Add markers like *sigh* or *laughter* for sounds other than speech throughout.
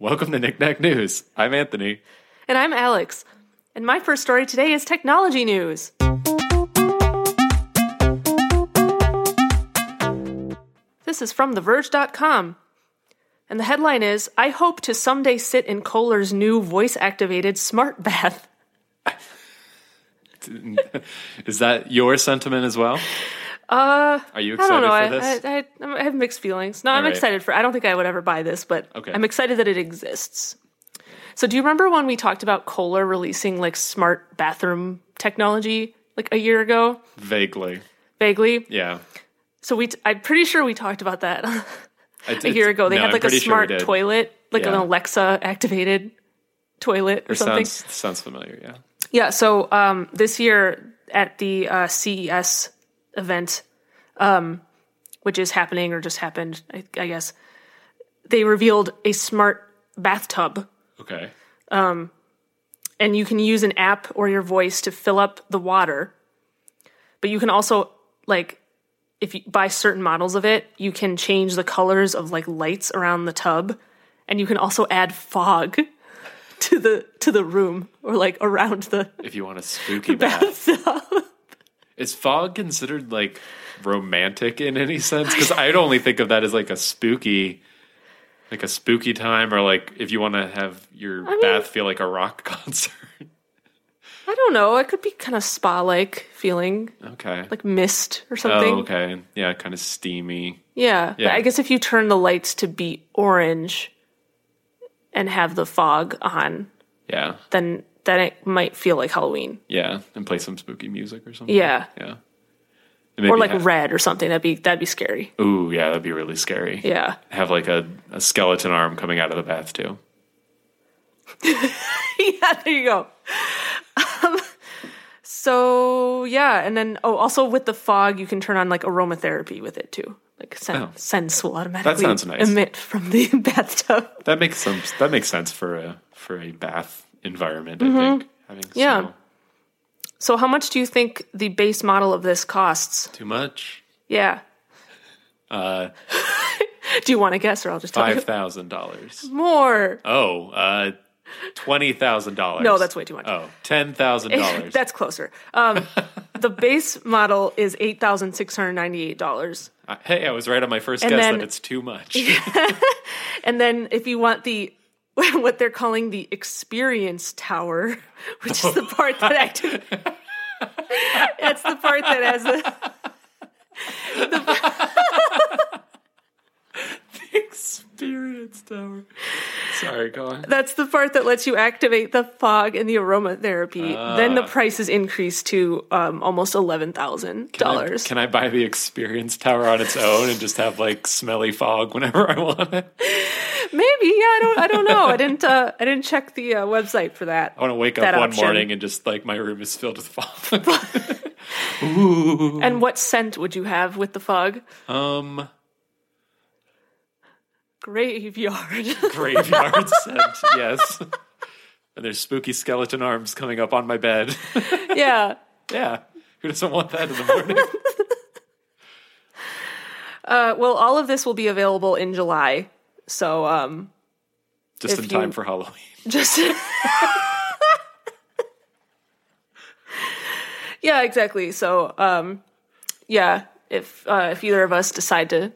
Knickknack News. I'm Anthony. And I'm Alex. And my first story today is technology news. This is from TheVerge.com. And the headline is I hope to someday sit in Kohler's new voice activated smart bath. Is that your sentiment as well? Uh, Are you I excited don't know. I, for this? I, I, I have mixed feelings. No, I'm right. excited for. I don't think I would ever buy this, but Okay. I'm excited that it exists. So, do you remember when we talked about Kohler releasing like smart bathroom technology like a year ago, Vaguely. vaguely? Yeah. So we, t- I'm pretty sure we talked about that *laughs* a I did- year ago. They no, had I'm like a pretty sure we smart did. toilet, like an Yeah. Alexa activated toilet or something. Sounds sounds familiar. Yeah. Yeah, so um, this year at the uh, CES event, um, which is happening or just happened, I, I guess, they revealed a smart bathtub, Okay. and you can use an app or your voice to fill up the water. But you can also like, if you buy certain models of it, you can change the colors of like lights around the tub, and you can also add fog *laughs* to the to the room or like around the If you want *laughs* a spooky bath, is fog considered like romantic in any sense? Because I'd only think of that as like a spooky, like a spooky time, or like if you want to have your bath feel like a rock *laughs* concert. I don't know. It could be kind of spa like feeling, okay. like mist or something. oh, okay. Yeah, kind of steamy. Yeah. But Yeah. I guess if you turn the lights to be orange and have the fog on, Yeah. then then it might feel like Halloween Yeah, and play some spooky music or something. Yeah. yeah. or like red or something. That'd be that'd be scary. Ooh, yeah, that'd be really scary. Yeah. *laughs* Have like a, a skeleton arm coming out of the bath too. yeah. There you go. Um, so yeah, and then oh, also with the fog, you can turn on like aromatherapy with it too. Like sen- Oh. sense will automatically sounds nice. emit from the *laughs* bathtub. That makes some. That makes sense for a for a bath environment. I think having Mm-hmm. Yeah. snow. So, how much do you think the base model of this costs? too much. Yeah. Uh, *laughs* Do you want to guess, or I'll just tell five thousand dollars. you *laughs* more? Oh, uh, twenty thousand dollars. No, that's way too much. Oh, ten thousand *laughs* dollars. That's closer. *laughs* Um, the base model is eight thousand six hundred ninety-eight dollars, Uh, Hey, I was right on my first And guess then- that it's too much. *laughs* and then if you want the *laughs* what they're calling the experience tower, *laughs* which is the part that *laughs* activates. *laughs* it's the part that has the Experience tower. Sorry, go on. that's the part that lets you activate the fog and the aromatherapy. then the price is increased to um, almost eleven thousand dollars. Can I buy the experience tower on its own and just have like smelly fog whenever I want it? Maybe yeah, I don't. I don't know. I didn't. Uh, I didn't check the uh, website for that. I want to wake That up one option. morning and just like my room is filled with fog. *laughs* Ooh. And what scent would you have with the fog? Um, Graveyard. graveyard scent, *laughs* yes. And there's spooky skeleton arms coming up on my bed. *laughs* *laughs* yeah. yeah. Who doesn't want that in the *laughs* morning? Uh, well, all of this will be available in July. So um, Just If in time you- for Halloween. just. *laughs* yeah. Exactly. So um, yeah. If uh, if either of us decide to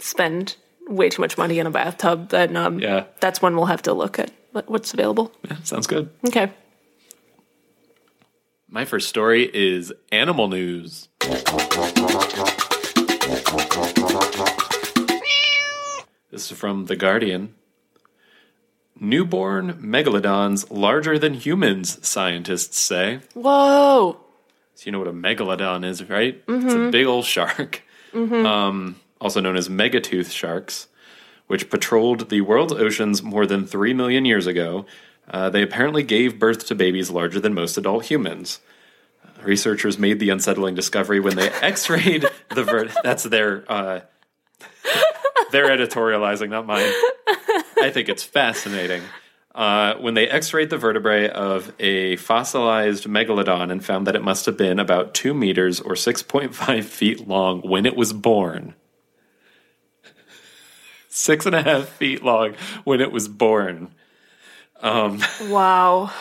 spend way too much money in a bathtub, then um, Yeah. that's when we'll have to look at what- what's available. Yeah, sounds good. Okay. My first story is animal news. This is from The Guardian. Newborn megalodons larger than humans, scientists say. Whoa. So you know what a megalodon is, right? It's a big old shark, um, also known as megatooth sharks, which patrolled the world's oceans more than three million years ago. Uh, they apparently gave birth to babies larger than most adult humans. Uh, Researchers made the unsettling discovery when they X-rayed the ver- that's their uh, they're editorializing, not mine. I think it's fascinating. Uh, when they x rayed the vertebrae of a fossilized megalodon and found that it must have been about two meters or 6.5 feet long when it was born. Six and a half feet long when it was born. Wow.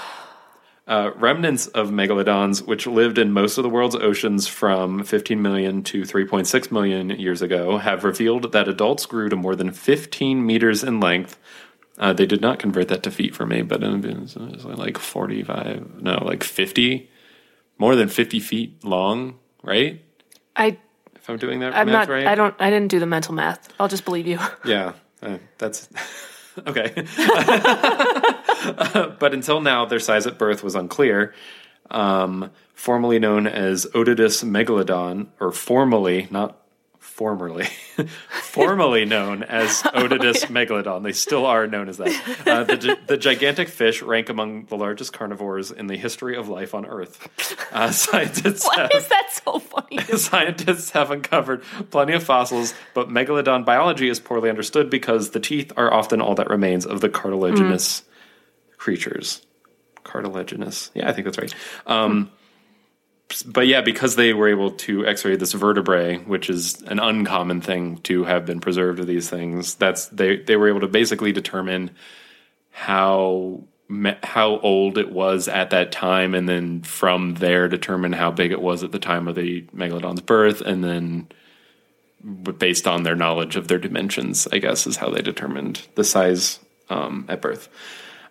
Uh, remnants of megalodons, which lived in most of the world's oceans from 15 million to 3.6 million years ago, have revealed that adults grew to more than 15 meters in length. Uh, they did not convert that to feet for me, but it was, it was like 45, no, like 50, more than 50 feet long, right? I If I'm doing that I'm math not right? I don't I didn't do the mental math. I'll just believe you. *laughs* Yeah, uh, that's *laughs* okay. *laughs* Uh, but until now, their size at birth was unclear. Um, formerly known as Otitis megalodon, or formerly, not formerly, *laughs* formerly known as Otitis megalodon. They still are known as that. Uh, the, gi- the gigantic fish rank among the largest carnivores in the history of life on Earth. Uh, *laughs* scientists Why have is that so funny? *laughs* scientists have uncovered plenty of fossils, but megalodon biology is poorly understood because the teeth are often all that remains of the cartilaginous creatures. Cartilaginous. Yeah, I think that's right. Um, but yeah, because they were able to x ray this vertebrae, which is an uncommon thing to have been preserved of these things, that's they, they were able to basically determine how me- how old it was at that time, and then from there determine how big it was at the time of the megalodon's birth, and then w- based on their knowledge of their dimensions, I guess is how they determined the size um, at birth.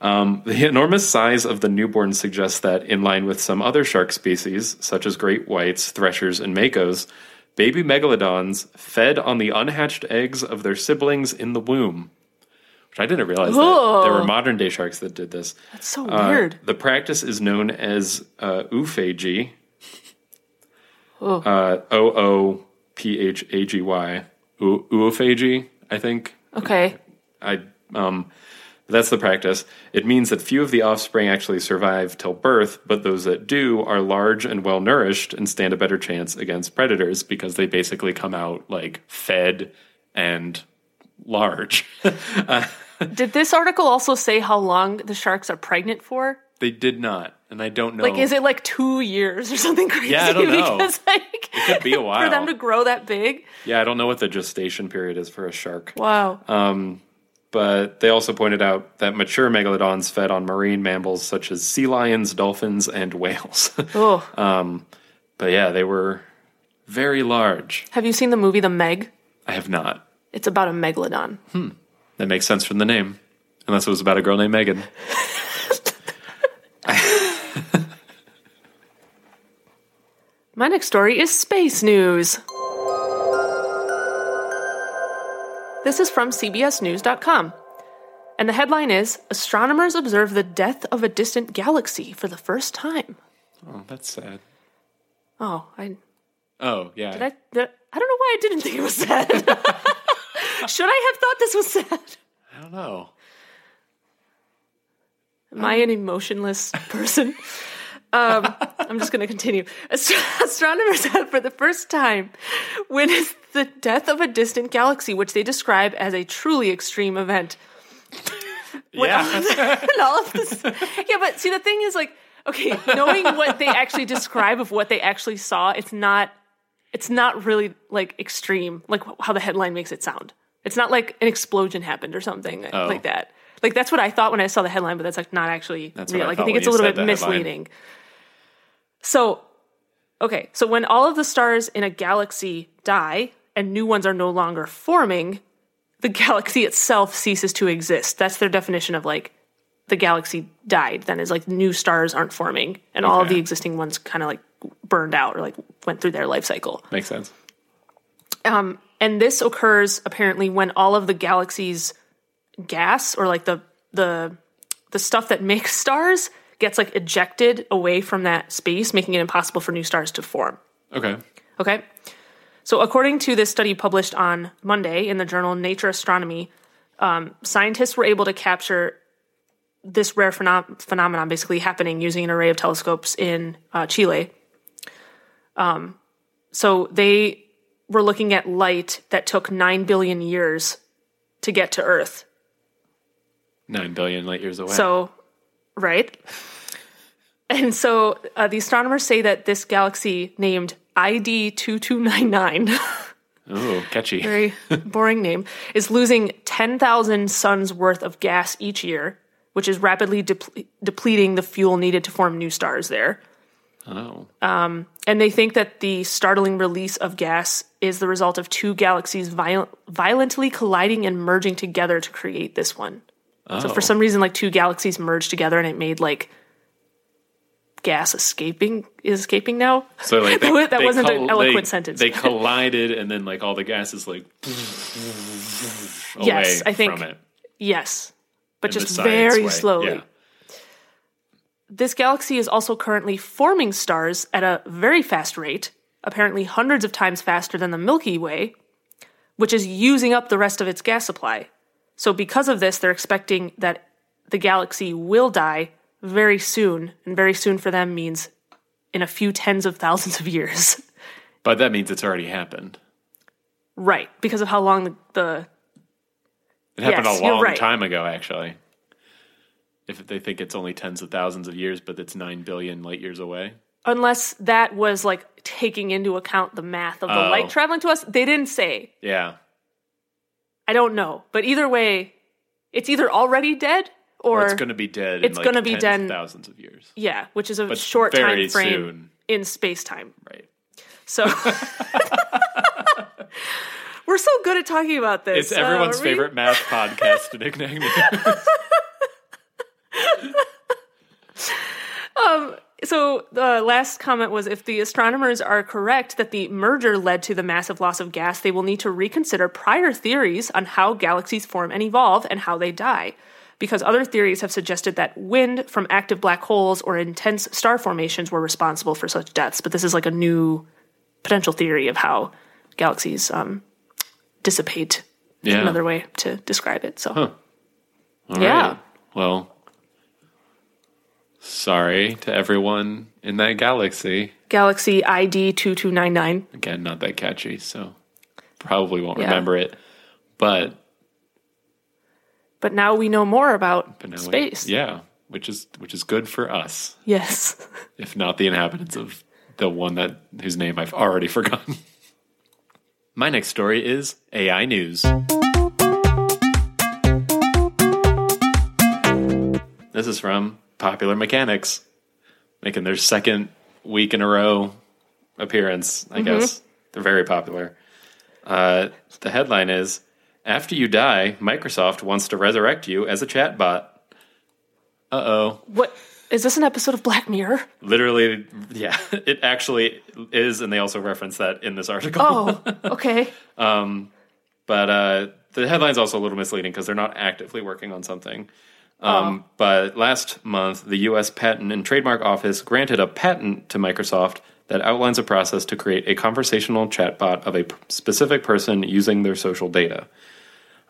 Um, the enormous size of the newborn suggests that, in line with some other shark species, such as great whites, threshers, and makos, baby megalodons fed on the unhatched eggs of their siblings in the womb. Which I didn't realize that there were Whoa. modern day sharks that did this. That's so Uh, weird. The practice is known as uh, oophagy. Oh. Uh, o O P H A G Y. Oo- Oophagy, I think. Okay. I um that's the practice. It means that few of the offspring actually survive till birth, but those that do are large and well nourished and stand a better chance against predators because they basically come out like fed and large. *laughs* Did this article also say how long the sharks are pregnant for? they did not, and I don't know. Like, is it like two years or something *laughs* crazy? Yeah, I don't know. Because like, it could be a for while. them to grow that big. Yeah, I don't know what the gestation period is for a shark. Wow. Uh, but they also pointed out that mature megalodons fed on marine mammals such as sea lions, dolphins, and *laughs* whales. oh, but yeah, they were very large. have you seen the movie The Meg? I have not. It's about a megalodon. That makes sense from the name, unless it was about a girl named Megan. My next story is space news. This is from CBSNews.com. And the headline is Astronomers observe the death of a distant galaxy for the first time. Oh, that's sad. Oh, I, Oh, yeah. I, that- I don't know why I didn't think it was sad. *laughs* Should I have thought this was sad? I *laughs* don't know. Am I an emotionless person? *laughs* um, I'm just going to continue. Ast- astronomers have, for the first time, witnessed the death of a distant galaxy, which they describe as a truly extreme event. *laughs* yeah. and all of this. Yeah, but see, the thing is, like, okay, knowing what they actually describe of what they actually saw, it's not, it's not really like extreme, like wh- how the headline makes it sound. It's not like an explosion happened or something Oh. like that. Like that's what I thought when I saw the headline, but that's like not actually That's what real. I like I thought think when it's a you little said bit the headline. misleading. So, okay, so when all of the stars in a galaxy die and new ones are no longer forming, the galaxy itself ceases to exist. That's their definition of like the galaxy died. Then is like new stars aren't forming, and all of Okay. the existing ones kind of like burned out or like went through their life cycle. Makes sense. And this occurs apparently when all of the galaxy's gas or like the the the stuff that makes stars gets like ejected away from that space, making it impossible for new stars to form. Okay. Okay. So, according to this study published on Monday in the journal Nature Astronomy, um, scientists were able to capture this rare phenom- phenomenon basically happening using an array of telescopes in uh, Chile. Um, so, they were looking at light that took 9 billion years to get to Earth. Nine billion light years away. So, right? And so uh, the astronomers say that this galaxy named ID 2299 Ooh, catchy. *laughs* very boring name, is losing 10,000 suns worth of gas each year which is rapidly deple- depleting the fuel needed to form new stars there. Oh. Uh, And they think that the startling release of gas is the result of two galaxies viol- violently colliding and merging together to create this one. So Oh. for some reason, like two galaxies merged together and it made like gas escaping is escaping now. So like they, *laughs* That they wasn't an col- eloquent they- sentence. *laughs* They collided, and then like all the gas is like *laughs* away Yes, I think from it. Yes, but in the just science very way. slowly. Yeah. This galaxy is also currently forming stars at a very fast rate, apparently hundreds of times faster than the Milky Way, which is using up the rest of its gas supply. So, because of this, they're expecting that the galaxy will die very soon, and very soon for them means in a few tens of thousands of years. *laughs* But that means it's already happened. right, because of how long the, the It happened Yes, a you're long right. time ago, actually. If they think it's only tens of thousands of years, but it's nine billion light years away. unless that was like taking into account the math of the Oh. light traveling to us, they didn't say. Yeah. I don't know. But either way, it's either already dead or, Or it's going to be dead. it's in like gonna be tens done- Of thousands of years. yeah, which is a short very time frame soon. in space time. Right. *laughs* So *laughs* we're so good at talking about this. It's everyone's Uh, we- favorite math podcast, *laughs* Nick Nagman. So the last comment was if the astronomers are correct that the merger led to the massive loss of gas, they will need to reconsider prior theories on how galaxies form and evolve and how they die. Because other theories have suggested that wind from active black holes or intense star formations were responsible for such deaths. But this is like a new potential theory of how galaxies um, dissipate. yeah. Another way to describe it. So, All yeah. right. Well, sorry to everyone in that galaxy. Galaxy ID 2299. Again, not that catchy, so probably won't Yeah. remember it. But But now we know more about but now we- space. yeah, which is which is good for us, Yes. *laughs* if not the inhabitants of the one that whose name I've already *laughs* forgotten. My next story is AI news. This is from Popular Mechanics, making their second week in a row appearance, I guess. They're very popular. Uh, the headline is After you die, Microsoft wants to resurrect you as a chatbot. Uh oh. What is this an episode of Black *laughs* Mirror? Literally, yeah, *laughs* it actually is, and they also reference that in this article. Oh, okay. But uh, the headline's also a little misleading because they're not actively working on something. Um, But last month, the U.S. Patent and Trademark Office granted a patent to Microsoft that outlines a process to create a conversational chatbot of a p- specific person using their social data.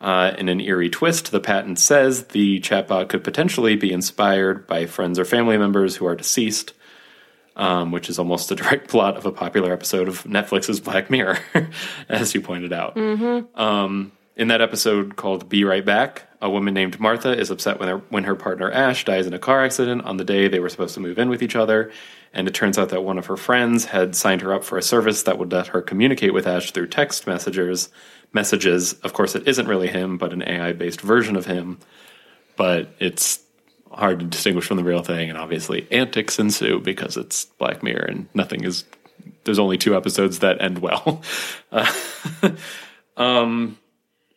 Uh, in an eerie twist, the patent says the chatbot could potentially be inspired by friends or family members who are deceased, um, which is almost a direct *laughs* plot of a popular episode of Netflix's Black Mirror, *laughs* as you pointed out. In that episode called Be Right Back, a woman named Martha is upset when her, when her partner Ash dies in a car accident on the day they were supposed to move in with each other. And it turns out that one of her friends had signed her up for a service that would let her communicate with Ash through text messages. Messages, of course, it isn't really him, but an AI based version of him. But it's hard to distinguish from the real thing. And obviously, antics ensue because it's Black Mirror and nothing is. There's only two episodes that end well. *laughs*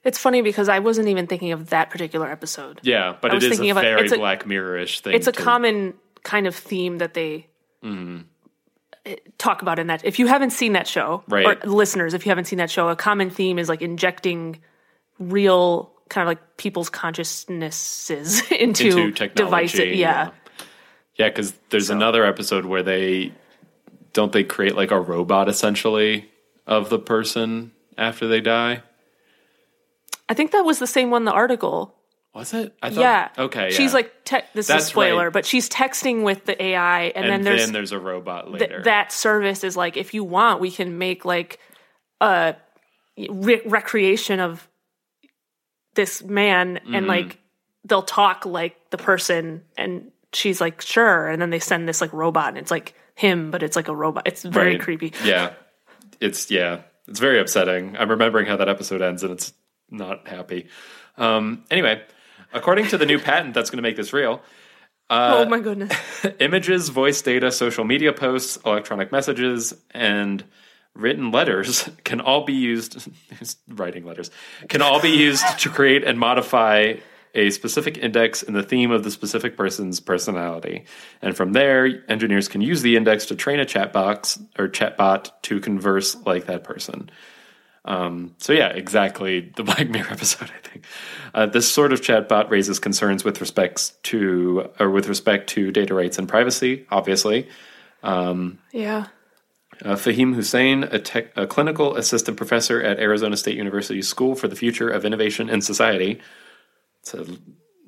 It's funny because I wasn't even thinking of that particular episode. Yeah, but I it was is thinking a of a- very it's a- Black Mirror-ish thing. It's a to- common kind of theme that they Mm-hmm. eh, talk about in that. If you haven't seen that show, Right. or listeners, if you haven't seen that show, a common theme is like injecting real kind of like people's consciousnesses *laughs* into, into technology. devices. Yeah. yeah, because there's another episode where they don't they create like a robot essentially of the person after they die. I think that was the same one, the article. Was it? I thought, Yeah. Okay. She's yeah. like, te- this That's is a spoiler, right. but she's texting with the AI, and, and then there's a robot th- later. that service is like if you want we can make like a re- recreation of this man Mm-hmm. and like they'll talk like the person and she's like sure and then they send this like robot and it's like him but it's like a robot it's very Right. creepy Yeah. It's yeah. It's very upsetting. I'm remembering how that episode ends, and it's not happy. Um. Anyway, According to the new patent that's going to make this real, Uh, oh my goodness. images, voice data, social media posts, electronic messages, and written letters *laughs* can all be used *laughs* writing letters can all be used to create and modify a specific index in the theme of the specific person's personality and from there engineers can use the index to train a chat box or chatbot to converse like that person so yeah, exactly the Black Mirror *laughs* episode. I think uh, this sort of chatbot raises concerns with respects to or with respect to data rights and privacy. Obviously, Yeah. uh, Fahim Hussein, a, tech, a clinical assistant professor at Arizona State University's School for the Future of Innovation and Society. It's a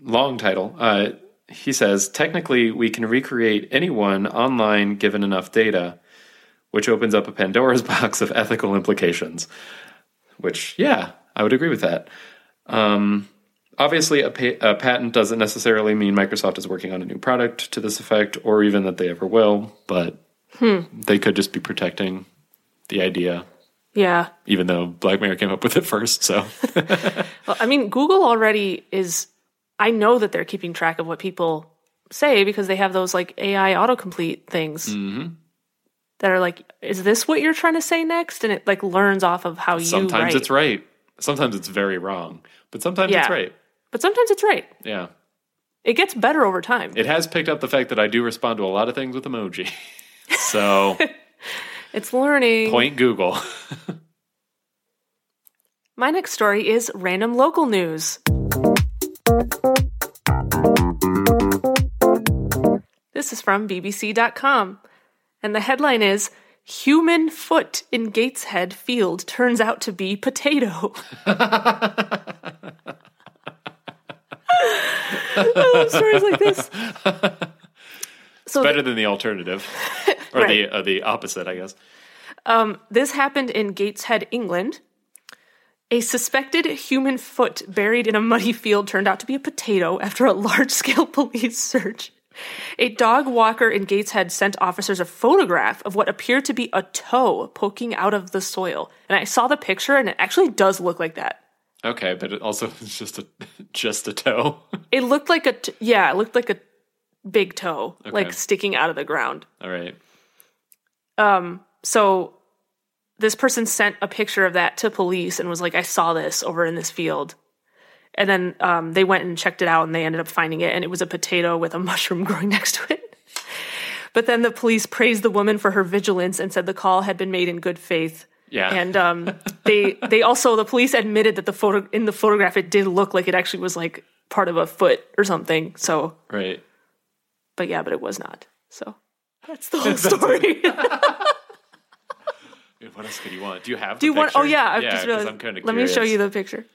long title. Uh, he says, technically, we can recreate anyone online given enough data, which opens up a Pandora's *laughs* box of ethical implications. Which, yeah, I would agree with that. Um, obviously, a, pa- a patent doesn't necessarily mean Microsoft is working on a new product to this effect, or even that they ever will, but they could just be protecting the idea, Yeah. even though Black Mirror came up with it first. *laughs* So, Well, I mean, Google already is. I know that they're keeping track of what people say because they have those like AI autocomplete things Mm-hmm. that are like, "Is this what you're trying to say next?" And it like learns off of how you. sometimes write. it's right. Sometimes it's very wrong, but sometimes it's Yeah. right. but sometimes it's right. Yeah. It gets better over time. It has picked up the fact that I do respond to a lot of things with emoji. *laughs* *laughs* so, it's learning. point Google. *laughs* My next story is random local news. This is from BBC.com, and the headline is Human Foot in Gateshead Field Turns Out to Be Potato. *laughs* I love stories like this. So, Better than *laughs* the alternative or the uh, the opposite, I guess. This happened in Gateshead, England. A suspected human foot buried in a muddy field turned out to be a potato after a large scale *laughs* police search. A dog walker in Gateshead sent officers a photograph of what appeared to be a toe poking out of the soil. And I saw the picture and it actually does look like that. Okay, but it also *laughs* it's just a just a toe. *laughs* It looked like a, t- yeah, it looked like a big toe, like sticking out of the ground. All right. So this person sent a picture of that to police and was like, I saw this over in this field. And then um, they went and checked it out and they ended up finding it. And it was a potato with a *laughs* mushroom growing next to it. But then the police praised the woman for her vigilance and said the call had been made in good faith. Yeah. And um, they they also the police admitted that the photo in the photograph it did look like it actually was like part of a foot or something. So, right. but yeah, but it was not. So that's the whole story. What else could you want? Do you have Do you want? Oh yeah, I've I've just realized. I'm kind of Let me show you the picture.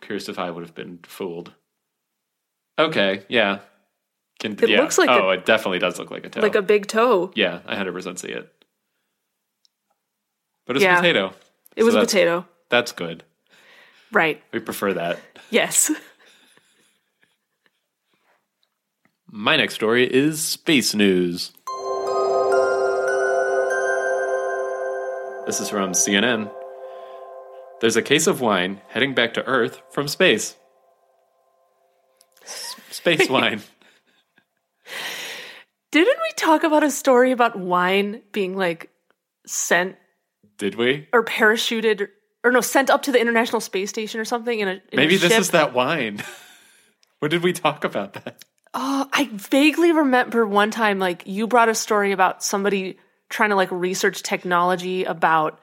curious if I would have been fooled. Okay, yeah. Can, it looks like oh, a- it definitely does look like a toe. like a big toe. yeah, I hundred percent see it. But it's Yeah. a potato. It was So a that's- potato. That's good. Right. We prefer that. Yes. *laughs* My next story is space news. This is from CNN. There's a case of wine heading back to Earth from space. S- *laughs* Space wine. Didn't we talk about a story about wine being like sent Did we? or parachuted or no, sent up to the International Space Station or something in a in a Maybe this ship? is that wine. *laughs* when did we talk about that? Oh, I vaguely remember one time like you brought a story about somebody trying to like research technology about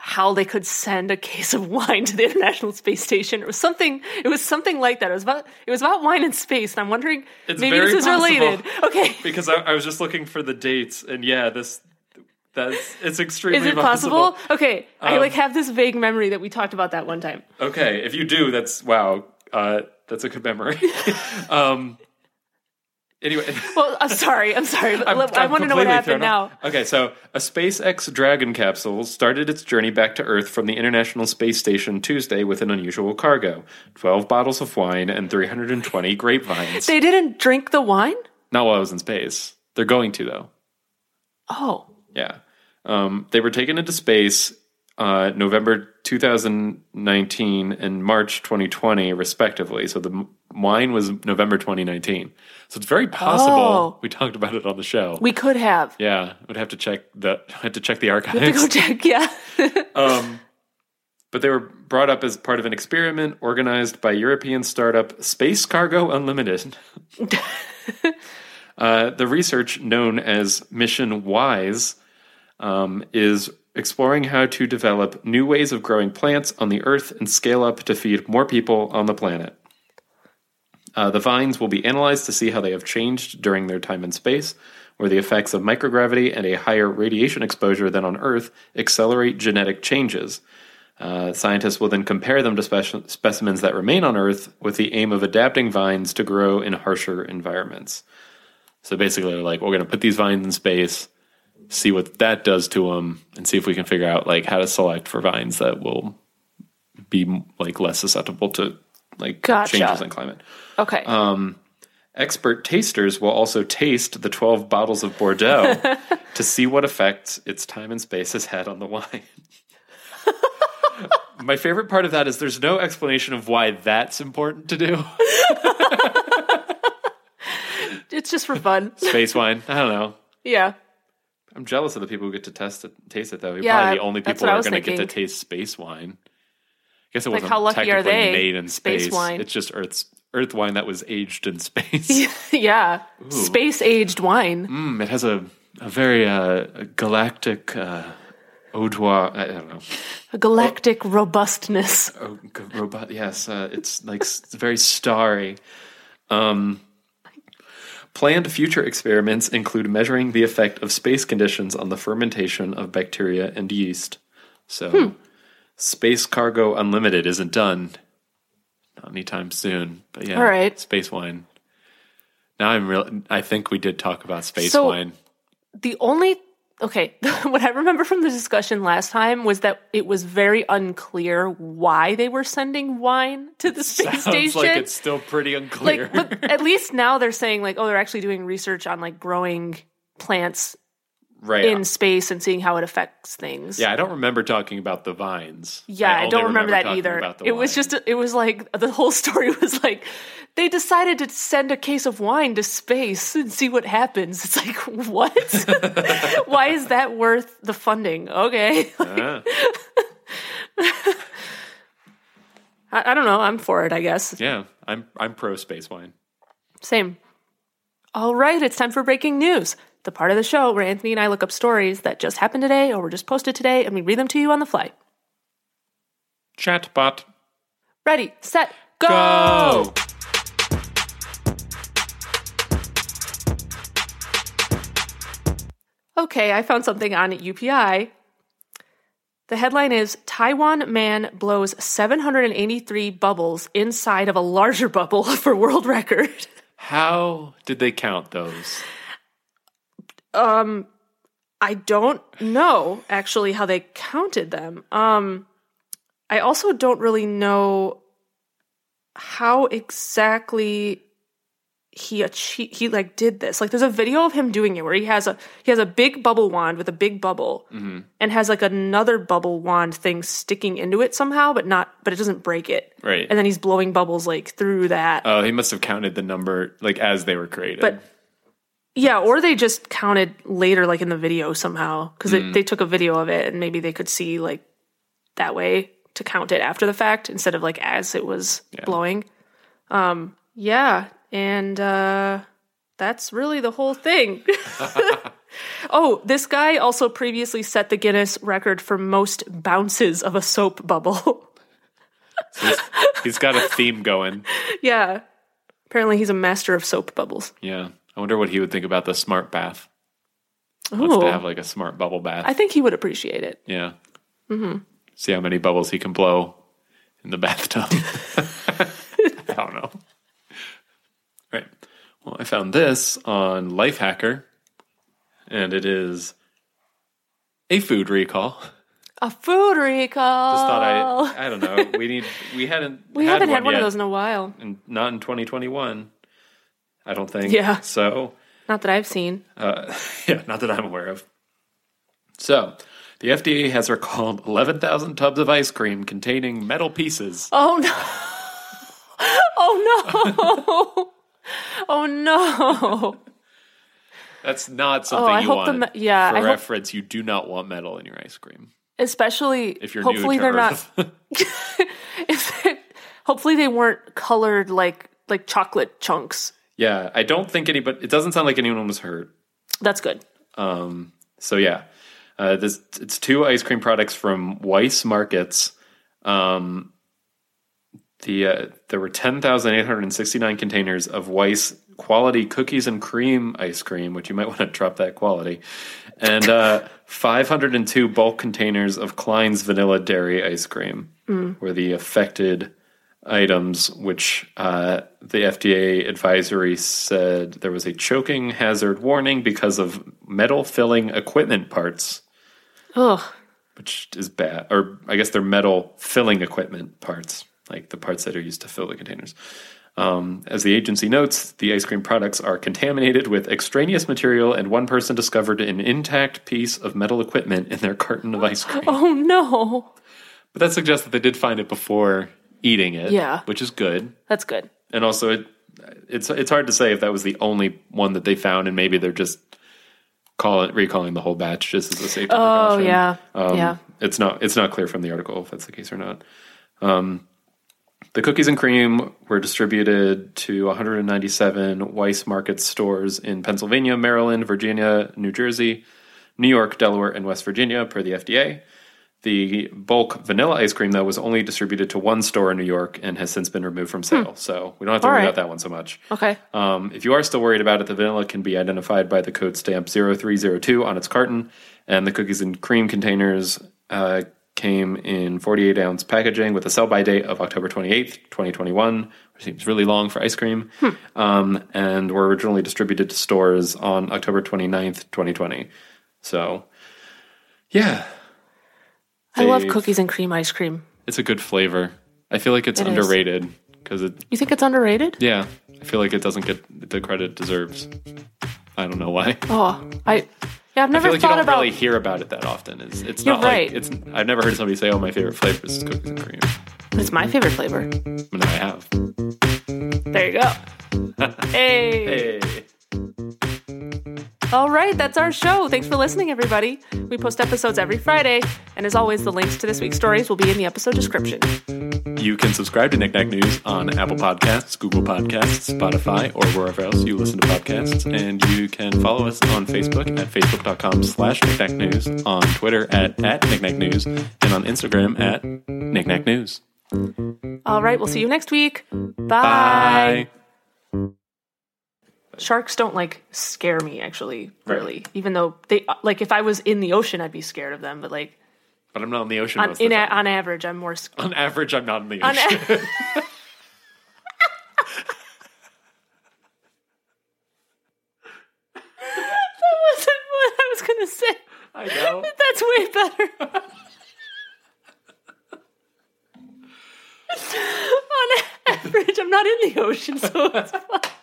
how they could send a case of *laughs* wine to the International Space Station. It was something it was something like that. It was about it was about wine and space and I'm wondering It's maybe very this is possible. related. *laughs* Okay. Because I, I was just looking for the dates, and yeah, this that's it's extremely Is it possible? Okay, I Um, like have this vague memory that we talked about that one time. Okay, if you do, that's wow. Uh, that's a good memory. *laughs* um, *laughs* anyway. Well, I'm sorry, I'm sorry. But look, I *laughs* I'm want to know what happened completely thrown off. now. Okay, so a SpaceX Dragon capsule started its journey back to Earth from the International Space Station Tuesday with an unusual cargo 12 bottles of wine and 320 *laughs* grapevines. They didn't drink the wine. Not while I was in space. They're going to, though. Oh, Yeah. Um, they were taken into space uh, November 2019 and March 2020, respectively. So the m- wine was November 2019. So it's very possible Oh. we talked about it on the show. We could have. yeah, would have to check the *laughs* had to check the archives. Have to *laughs* go check. Yeah. *laughs* Um, but they were brought up as part of an experiment organized by European startup Space Cargo Unlimited. uh, the research, known as Mission Wise, um, is exploring how to develop new ways of growing plants on the Earth and scale up to feed more people on the planet. Uh, the vines will be analyzed to see how they have changed during their time in space, where the effects of microgravity and a higher radiation exposure than on Earth accelerate genetic changes. Uh, scientists will then compare them to speci- specimens that remain on Earth with the aim of adapting vines to grow in harsher environments. So basically, they're like, we're going to put these vines in space, see what that does to them, and see if we can figure out like how to select for vines that will be like less susceptible to like Gotcha. changes in climate. Okay. Expert tasters will also taste the 12 bottles of Bordeaux *laughs* to see what effects its time and space has had on *laughs* the wine. My favorite part of that is there's no explanation of why that's important to do. it's just for fun. *laughs* Space wine. I don't know. Yeah. *laughs* I'm jealous of the people who get to test it, taste it though. You're Yeah, probably the only that's people what who I are was going to get to thinking. taste space wine. I guess it Like, wasn't how lucky are technically they? made in space. Space wine. It's just Earth's Earth wine that was aged *laughs* in space. yeah. Space aged wine. Mm, it has a, a very uh, galactic uh, odor. I, I don't know. A galactic robustness. Oh, g- robot. Yes, uh, it's like s- it's very starry. Um, planned future experiments include measuring the effect of space conditions on the fermentation of bacteria and yeast. So, Hmm. space cargo unlimited isn't done. Not anytime soon. But yeah, All right. space wine. Now I'm real. I think we did talk about space So- wine. The only okay, *laughs* what I remember from the discussion last time was that it was very unclear why they were sending wine to the space Sounds station. like it's still pretty unclear. like but *laughs* at least now they're saying like oh they're actually doing research on like growing plants *laughs* right. in space and seeing how it affects things yeah, I don't remember talking about the vines. Yeah, I, only don't remember, that talking either. about the It was wine. just, it was like the whole *laughs* story was like they decided to send a case of wine to space and see what happens. It's like, *laughs* what? *laughs* Why is that worth the funding? Okay. *laughs* Ah, I, I don't know. I'm for it, I guess. yeah, I'm I'm pro space wine. Same. All right, it's time for breaking news. The part of the show where Anthony and I look up stories that just happened today or were just posted today and we read them to you on the fly. Chatbot, Ready, set, go! go! Okay, I found something on UPI. The headline is Taiwan man blows 783 bubbles inside of a larger *laughs* bubble for world record. How did they count those? I don't know actually how they counted them. Um I also don't really know how exactly he achieved he like did this. Like there's a video of him doing it where he has a he has a big bubble wand with a big bubble and has like another bubble wand thing sticking into it somehow, but not but it doesn't break it. Right. And then he's blowing bubbles like through that. Oh, he must have counted the number like as they were created. But yeah, or they just counted later, like in the video somehow, because Hmm. they took a video of it and maybe they could see like that way to count it after the fact instead of like as it was blowing. Um, yeah, and uh, that's really the whole thing. *laughs* oh, this guy also previously set the Guinness record for most bounces of a soap bubble. *laughs* *laughs* he's got a theme going. yeah, apparently he's a master of soap bubbles. Yeah, I wonder what he would think about the smart bath. Wants Ooh, to have like a smart bubble bath. I think he would appreciate it. yeah. Mm-hmm. See how many bubbles he can blow in the bathtub. *laughs* I don't know. Right. Well, I found this on Lifehacker, and it is a food recall. A food recall. Just thought I, I don't know. We need, we hadn't, Oh. *laughs* we haven't had one yet, of those in a while. and not in 2021. I don't think. Yeah. So Not that I've seen. *laughs* yeah, not that I'm aware of. So, The FDA has recalled *laughs* 11,000 tubs of ice cream containing metal pieces. Oh no. *laughs* Oh no. *laughs* oh no. That's not something Oh, I you hope the want. me- yeah, For I hope- reference, you do not want metal in your ice cream. Especially *laughs* If you're hopefully new to they're Earth. *laughs* not. not *laughs* if they- hopefully they weren't colored like like chocolate chunks. yeah, I don't think anybody. It doesn't sound like anyone was hurt. That's good. So yeah, uh, this it's two ice cream products from Weiss Markets. Um, the uh, there were ten thousand eight hundred and sixty nine containers of Weiss quality cookies and cream ice cream, which you might *laughs* want to drop that quality, and uh, five hundred and two bulk containers of Klein's vanilla dairy ice cream were the affected items, which uh, the FDA advisory said there was a choking hazard warning because of metal filling equipment parts, Ugh. which is bad. Or I guess they're metal filling equipment parts, like the parts that are used to fill the containers. Um, as the agency notes, the ice cream products are contaminated with extraneous material, and one person discovered an intact piece of metal equipment in their carton of ice cream. Oh no. But that suggests that they did find it before eating it, Yeah. which is good That's good. and also it it's it's hard to say if that was the only one that they found, and maybe they're just call it recalling the whole batch just as a safety Oh precaution. yeah. Um, yeah. It's not it's not clear from the article if that's the case or not. Um, the cookies and cream were distributed to 197 Weiss Market stores in Pennsylvania, Maryland, Virginia, New Jersey, New York, Delaware, and West Virginia per the FDA. The bulk vanilla ice cream though was only distributed to one store in New York and has since been removed from sale. So we don't have Hmm. to All worry right. about that one so much. Okay. Um, if you are still worried about it, the vanilla can be identified by the code stamp 0302 on its carton, and the cookies and cream containers uh, came in 48 ounce packaging with a sell by date of October 28th, 2021, which seems really long for ice cream, Hmm. um, and were originally distributed to stores on October 29th, 2020. So, yeah, I love Dave. cookies and cream ice cream. it's a good flavor. I feel like it's It is. underrated because it You think it's underrated? Yeah, I feel like it doesn't get the credit it deserves. I don't know why. I Oh, I yeah, I've never feel like you thought don't about really hear about it that often. It's, it's You're not right. like it's. I've never heard somebody say, "Oh, my favorite flavor is cookies and cream." it's my favorite flavor. No, I have. There you go. *laughs* hey. Hey, All right, that's our show. Thanks for listening, everybody. We post episodes every Friday, and as always, the links to this week's stories will be in the episode description. you can subscribe to Knick Knack News on Apple Podcasts, Google Podcasts, Spotify, or wherever else you listen to podcasts. And you can follow us on Facebook at facebook.com slash knickknack news, on Twitter at, at knickknack news, and on Instagram at knickknack news. All right, we'll see you next week. Bye. Bye. Sharks don't like scare me actually, Right. really. Even though they like if I was in the ocean, I'd be scared of them, but like But I'm not in the ocean. on most of in the Oh, a, time. on average, I'm more scared. On average, I'm not in the On ocean. a- *laughs* that wasn't what I was going to say. I know. That's way better. On average, I'm not in the ocean, so it's fine.